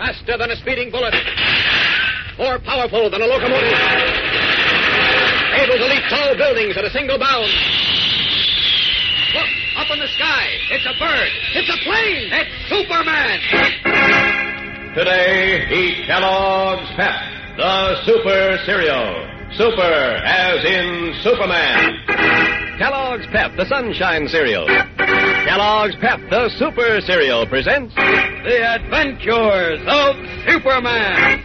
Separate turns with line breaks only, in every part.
Faster than a speeding bullet. More powerful than a locomotive. Able to leap tall buildings at a single bound. Look, up in the sky. It's a bird. It's a plane. It's Superman.
Today, eat Kellogg's Pep, the super cereal. Super as in Superman.
Kellogg's Pep, the sunshine cereal. Kellogg's Pep, the super cereal, presents The Adventures of Superman.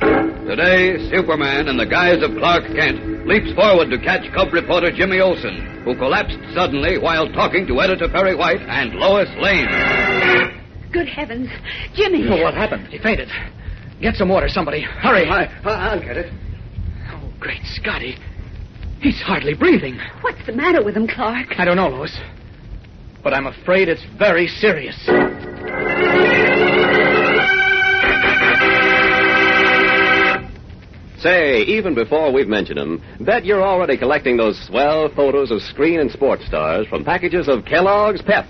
Today, Superman, in the guise of Clark Kent, leaps forward to catch Cub reporter Jimmy Olsen, who collapsed suddenly while talking to editor Perry White and Lois Lane.
Good heavens, Jimmy!
Oh, what happened? He fainted. Get some water, somebody. Hurry. Oh,
I, I'll get it.
Great Scotty. He's hardly breathing.
What's the matter with him, Clark?
I don't know, Lois. But I'm afraid it's very serious.
Say, even before we've mentioned them, bet you're already collecting those swell photos of screen and sports stars from packages of Kellogg's Pep.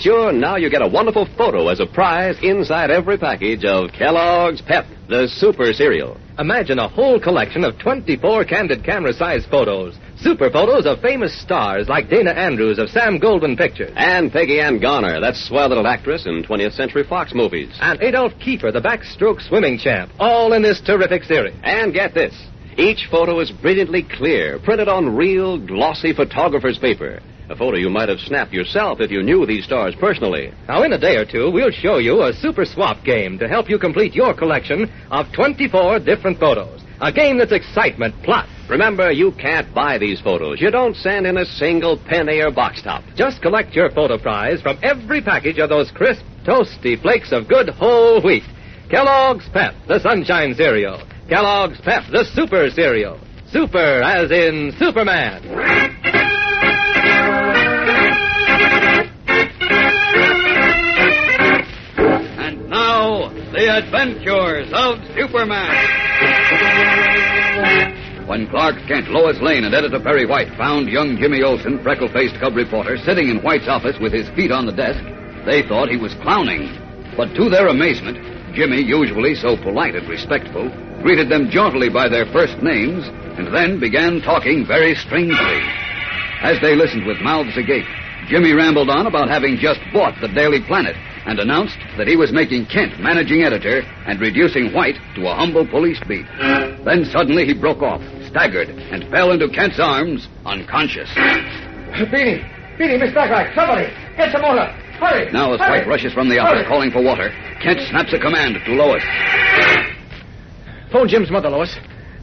Sure, now you get a wonderful photo as a prize inside every package of Kellogg's Pep, the super cereal.
Imagine a whole collection of 24 candid camera sized photos. Super photos of famous stars like Dana Andrews of Sam Goldwyn Pictures.
And Peggy Ann Garner, that swell little actress in 20th Century Fox movies.
And Adolf Kiefer, the backstroke swimming champ. All in this terrific series.
And get this each photo is brilliantly clear, printed on real, glossy photographer's paper. A photo you might have snapped yourself if you knew these stars personally.
Now, in a day or two, we'll show you a super swap game to help you complete your collection of 24 different photos. A game that's excitement plus.
Remember, you can't buy these photos. You don't send in a single penny or box top.
Just collect your photo prize from every package of those crisp, toasty flakes of good whole wheat. Kellogg's Pep, the Sunshine Cereal. Kellogg's Pep, the Super Cereal. Super as in Superman.
The Adventures of Superman. When Clark Kent, Lois Lane, and editor Perry White found young Jimmy Olsen, freckle faced cub reporter, sitting in White's office with his feet on the desk, they thought he was clowning. But to their amazement, Jimmy, usually so polite and respectful, greeted them jauntily by their first names and then began talking very strangely. As they listened with mouths agape, Jimmy rambled on about having just bought the Daily Planet and announced that he was making Kent managing editor and reducing White to a humble police beat. Then suddenly he broke off, staggered, and fell into Kent's arms, unconscious.
Beanie! Beanie, Miss Blacklight, somebody! Get some water! Hurry!
Now, as
hurry,
White rushes from the office
hurry.
calling for water, Kent snaps a command to Lois.
Phone Jim's mother, Lois.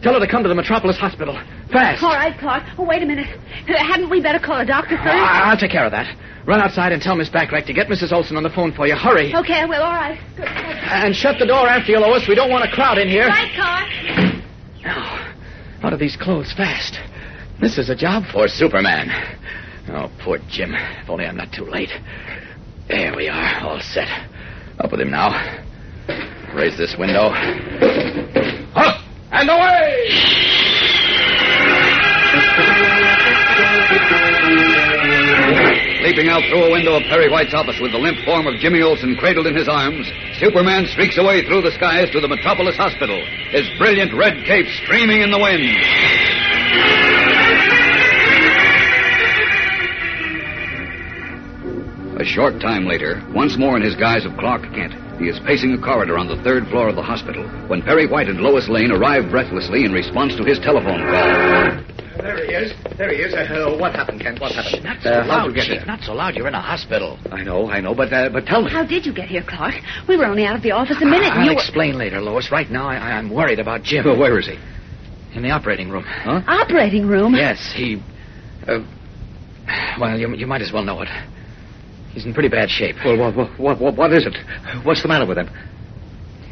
Tell her to come to the Metropolis Hospital. Fast!
All right, Clark. Oh, wait a minute. Hadn't we better call a doctor first?
I- I'll take care of that. Run outside and tell Miss Backrack to get Mrs. Olson on the phone for you. Hurry.
Okay, I will. All right. Good.
And shut the door after you, Lois. We don't want a crowd in here.
Right, Clark.
Now,
out of these clothes fast. This is a job for Superman. Oh, poor Jim. If only I'm not too late. There we are, all set. Up with him now. Raise this window. Up and away!
Leaping out through a window of Perry White's office with the limp form of Jimmy Olsen cradled in his arms, Superman streaks away through the skies to the Metropolis Hospital, his brilliant red cape streaming in the wind. A short time later, once more in his guise of Clark Kent, he is pacing a corridor on the third floor of the hospital when Perry White and Lois Lane arrive breathlessly in response to his telephone call.
There he is. There he is. Uh, what happened, Kent? What happened? Uh, Not
so loud, Chief.
Not so loud. You're in a hospital. I know, I know, but uh, but tell me.
How did you get here, Clark? We were only out of the office a minute. and
I'll
you were-
explain later, Lois. Right now, I, I'm worried about Jim.
Well, where is he?
In the operating room. Huh?
Operating room.
Yes, he. Uh, well, you, you might as well know it. He's in pretty bad shape.
Well, what, what, what, what is it? What's the matter with him?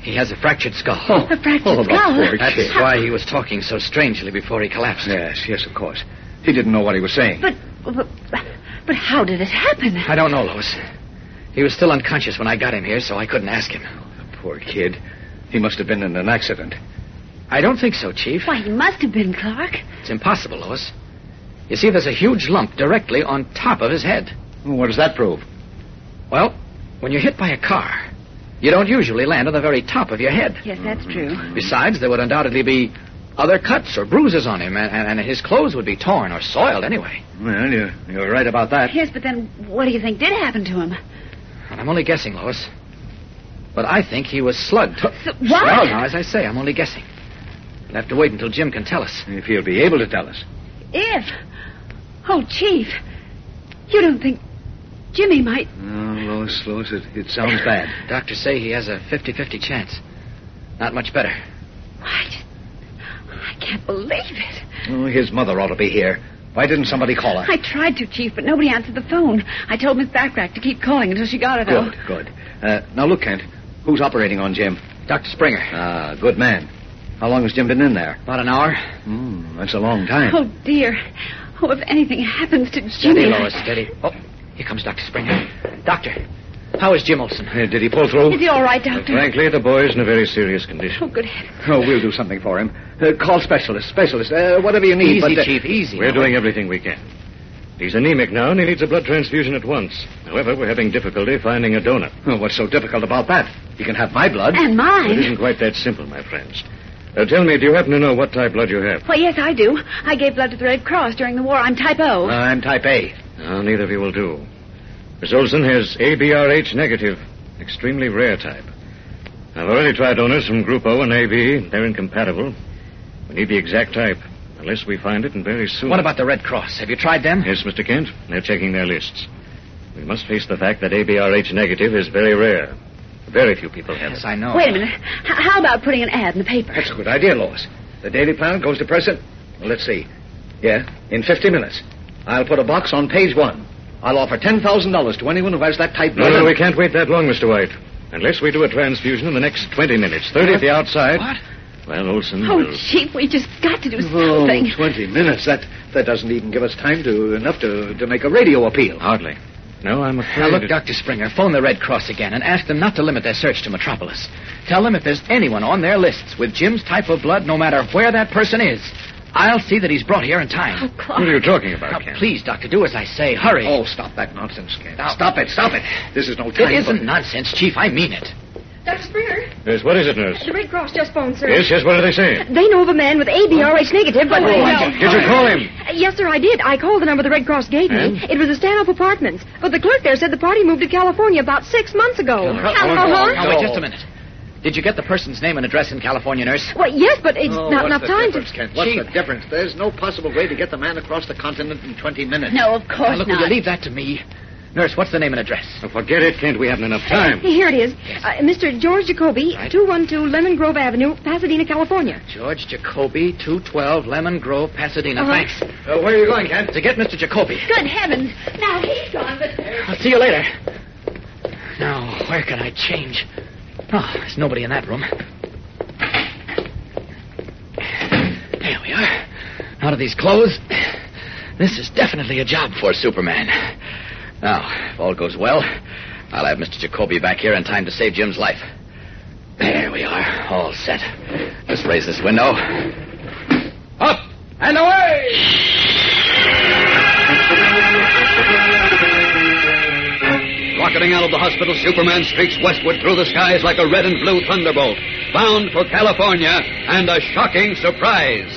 He has a fractured skull.
A fractured
Oh, the
skull.
poor
That's
kid.
why he was talking so strangely before he collapsed.
Yes, yes, of course. He didn't know what he was saying.
But, but but how did it happen?
I don't know, Lois. He was still unconscious when I got him here, so I couldn't ask him.
Poor kid. He must have been in an accident.
I don't think so, Chief.
Why, he must have been Clark.
It's impossible, Lois. You see, there's a huge lump directly on top of his head.
What does that prove?
Well, when you're hit by a car, you don't usually land on the very top of your head. Mm.
Yes, that's true.
Besides, there would undoubtedly be other cuts or bruises on him, and, and, and his clothes would be torn or soiled anyway.
Well, you're, you're right about that.
Yes, but then what do you think did happen to him?
And I'm only guessing, Lois. But I think he was slugged.
So- what?
Slugged? Now, as I say, I'm only guessing. We'll have to wait until Jim can tell us.
If he'll be able to tell us.
If. Oh, Chief. You don't think Jimmy might.
Oh, Lois, Lois, it, it sounds bad.
Doctors say he has a 50 50 chance. Not much better.
I just. I can't believe it.
Oh, his mother ought to be here. Why didn't somebody call her?
I tried to, Chief, but nobody answered the phone. I told Miss Backrack to keep calling until she got it, though.
Good, good. Uh, now, look, Kent. Who's operating on Jim?
Dr. Springer,
Ah, good man. How long has Jim been in there?
about an hour.
Hmm, that's a long time.
Oh, dear. Oh, if anything happens to
Steady,
Jimmy. I-
Lois, steady. Oh, here comes Dr. Springer. Doctor, how is Jim Olson?
Uh, did he pull through?
Is he all right,
Uh,
Doctor?
Frankly, the boy's in a very serious condition.
Oh, good heavens.
Oh, we'll do something for him. Uh, call specialist, specialist, uh, whatever you need.
Easy,
but, uh,
Chief, easy.
We're
now.
doing everything we can. He's anemic now, and he needs a blood transfusion at once. However, we're having difficulty finding a donor.
Oh, what's so difficult about that? He can have my blood.
And
It
mine.
isn't quite that simple, my friends. Uh, tell me, do you happen to know what type blood you have?
Well, yes, I do. I gave blood to the Red Cross during the war. I'm type O.
I'm type A.
No, neither of you will do. Miss Olson has ABRH negative, extremely rare type. I've already tried donors from Group O and AB. They're incompatible. We need the exact type, unless we find it, and very soon.
What about the Red Cross? Have you tried them?
Yes, Mr. Kent. They're checking their lists. We must face the fact that ABRH negative is very rare. Very few people have
Yes,
it.
I know.
Wait a minute. H- how about putting an ad in the paper?
That's a good idea, Lois. The Daily Planet goes to press it. Well, let's see. Yeah, in 50 minutes. I'll put a box on page one. I'll offer $10,000 to anyone who has that
Hmm?
type
No,
blood.
no, we can't wait that long, Mr. White. Unless we do a transfusion in the next 20 minutes, 30 at the outside.
What?
Well, Olson
Oh,
will.
Chief, we just got to do
Oh,
something.
20 minutes. That, that doesn't even give us time to enough to, to make a radio appeal.
Hardly. No, I'm afraid.
Now, look,
it-
Dr. Springer, phone the Red Cross again and ask them not to limit their search to Metropolis. Tell them if there's anyone on their lists with Jim's type of blood, no matter where that person is, I'll see that he's brought here in
Oh,
time.
Clark.
What are you talking about,
Now,
Kent?
please, Doctor, do as I say. Hurry.
Oh, stop that nonsense, Kent.
Now-
Stop it, stop it. This is no time.
it isn't
for-
nonsense, Chief. I mean it.
Dr. Springer,
Yes, what is it, nurse?
Red Cross just phoned, sir.
Yes, yes, what are they saying?
They know of a man with ABRH negative, but... Uh,
Did you call him?
Yes, sir, I did. I called the number the Red Cross gave me. It was the Stanhope Apartments. But the clerk there said the party moved to California about six months ago.
Now, wait just a minute. Did you get the person's name and address in California, nurse?
Well, yes, but it's
Oh,
not
what's
enough
the
time
difference,
to...
Kent? What's
Chief.
the difference? There's no possible way to get the man across the continent in 20 minutes.
No, of course
Now, look, will you leave that to me? Nurse, what's the name and address?
Oh, forget it, Kent. We haven't enough time.
Here it is. Uh, Mr. George Jacoby, 212 Lemon Grove Avenue, Pasadena, California.
George Jacoby, 212 Lemon Grove, Pasadena.
Uh-huh.
Thanks.
Uh, where are you going, Kent?
To get Mr. Jacoby.
Good heavens. Now he's gone, but...
I'll see you later. Now, where can I change? Ah, Oh, there's nobody in that room. There we are. Out of these clothes. This is definitely a job for Superman. Now, if all goes well, I'll have Mr. Jacoby back here in time to save Jim's life. There we are, all set. Let's raise this window. Up and away!
Rocketing out of the hospital, Superman streaks westward through the skies like a red and blue thunderbolt, bound for California and a shocking surprise.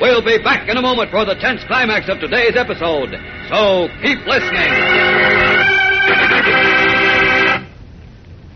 We'll be back in a moment for the tense climax of today's episode, so keep listening.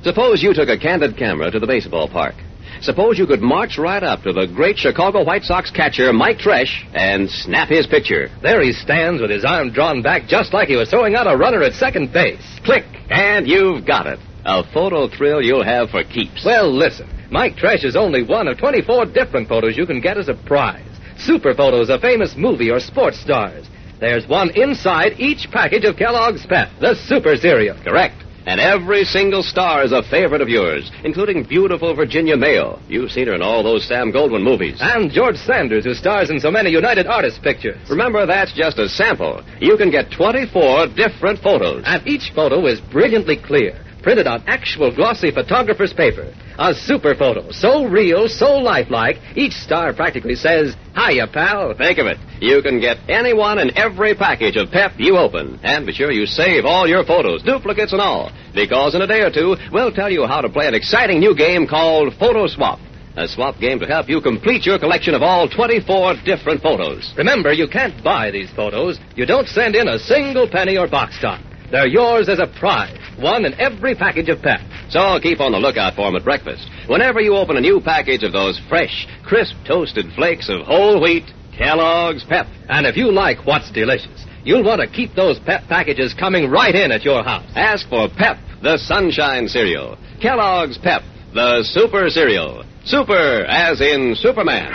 Suppose you took a candid camera to the baseball park. Suppose you could march right up to the great Chicago White Sox catcher, Mike Tresh, and snap his picture.
There he stands with his arm drawn back just like he was throwing out a runner at second base. Click,
and you've got it. A photo thrill you'll have for keeps.
Well, listen, Mike Tresh is only one of 24 different photos you can get as a prize. Super photos of famous movie or sports stars. There's one inside each package of Kellogg's Pep, the Super Cereal.
Correct. And every single star is a favorite of yours, including beautiful Virginia Mayo. You've seen her in all those Sam Goldwyn movies.
And George Sanders, who stars in so many United Artists pictures.
Remember, that's just a sample. You can get 24 different photos.
And each photo is brilliantly clear, printed on actual glossy photographer's paper. A super photo, so real, so lifelike, each star practically says, Hiya, pal.
Think of it. You can get anyone in every package of Pep you open. And be sure you save all your photos, duplicates and all, because in a day or two, we'll tell you how to play an exciting new game called Photo Swap. A swap game to help you complete your collection of all 24 different photos.
Remember, you can't buy these photos. You don't send in a single penny or box stock. They're yours as a prize, one in every package of Pep.
So keep on the lookout for them at breakfast. Whenever you open a new package of those fresh, crisp toasted flakes of whole wheat, Kellogg's Pep.
And if you like what's delicious, you'll want to keep those Pep packages coming right in at your house.
Ask for Pep, the sunshine cereal. Kellogg's Pep, the super cereal. Super, as in Superman.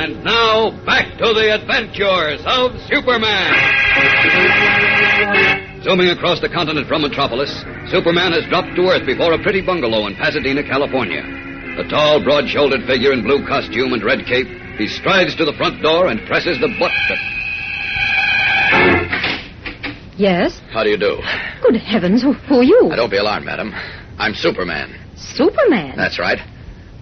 And now, back to the adventures of Superman. Zooming across the continent from Metropolis, Superman has dropped to earth before a pretty bungalow in Pasadena, California. The tall, broad shouldered figure in blue costume and red cape, he strides to the front door and presses the button.
Yes?
How do you do?
Good heavens, who, who are you?
Now, don't be alarmed, madam. I'm Superman.
Superman?
That's right.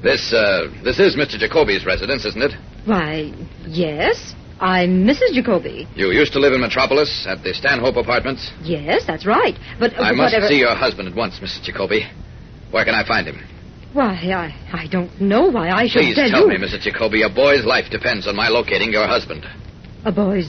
This, uh, this is Mr. Jacoby's residence, isn't it?
Why, yes. I'm Mrs. Jacoby.
You used to live in Metropolis at the Stanhope Apartments?
Yes, that's right. But uh,
I must
whatever...
see your husband at once, Mrs. Jacoby. Where can I find him?
Why, I, I don't know why I should
Please
tell,
tell
you.
me, Mrs. Jacoby, a boy's life depends on my locating your husband.
A boy's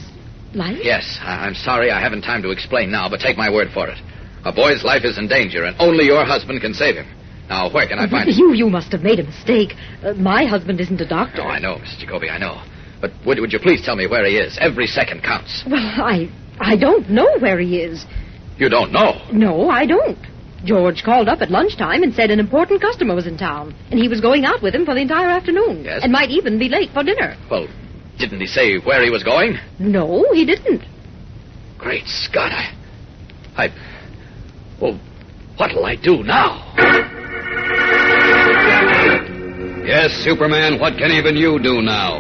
life?
Yes, I- I'm sorry I haven't time to explain now, but take my word for it. A boy's life is in danger, and only your husband can save him. Now, where can I find
you? You must have made a mistake. Uh, my husband isn't a doctor.
No, Oh, I know, Mrs. Jacoby, I know. But would, would you please tell me where he is? Every second counts.
Well, I I don't know where he is.
You don't know?
No, I don't. George called up at lunchtime and said an important customer was in town, and he was going out with him for the entire afternoon.
Yes?
And might even be late for dinner.
Well, didn't he say where he was going?
No, he didn't.
Great Scott, I. I. Well, what'll I do now?
Yes, Superman, what can even you do now?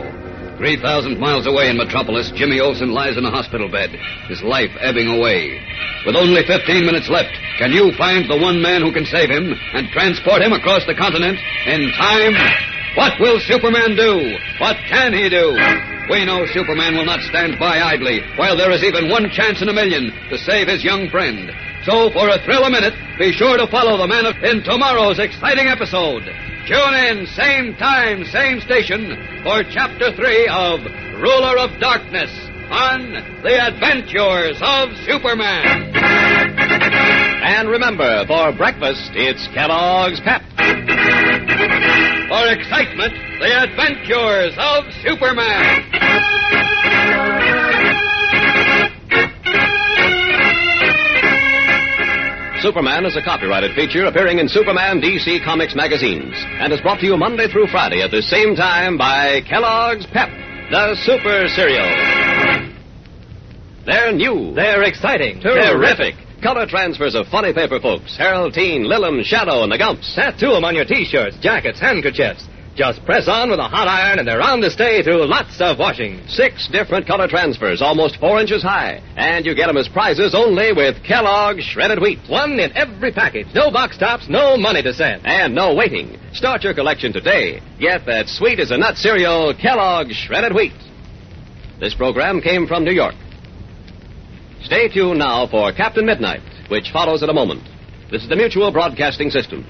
3,000 miles away in Metropolis, Jimmy Olsen lies in a hospital bed, his life ebbing away. With only 15 minutes left, can you find the one man who can save him and transport him across the continent in time? What will Superman do? What can he do? We know Superman will not stand by idly while there is even one chance in a million to save his young friend. So, for a thrill a minute, be sure to follow the man of- in tomorrow's exciting episode. Tune in, same time, same station, for Chapter 3 of Ruler of Darkness on The Adventures of Superman.
And remember, for breakfast, it's Kellogg's Pep.
For excitement, The Adventures of Superman.
Superman is a copyrighted feature appearing in Superman DC Comics magazines and is brought to you Monday through Friday at the same time by Kellogg's Pep, the super cereal. They're new.
They're exciting.
Terrific. Color transfers of funny paper, folks. Heraldine, Lilum, Shadow, and the Gumps.
Tattoo them on your t-shirts, jackets, handkerchiefs. Just press on with a hot iron and they're on to stay through lots of washing.
Six different color transfers, almost four inches high. And you get them as prizes only with Kellogg's Shredded Wheat.
One in every package. No box tops, no money to send.
And no waiting. Start your collection today. Get that sweet as a nut cereal, Kellogg's Shredded Wheat. This program came from New York. Stay tuned now for Captain Midnight, which follows in a moment. This is the Mutual Broadcasting System.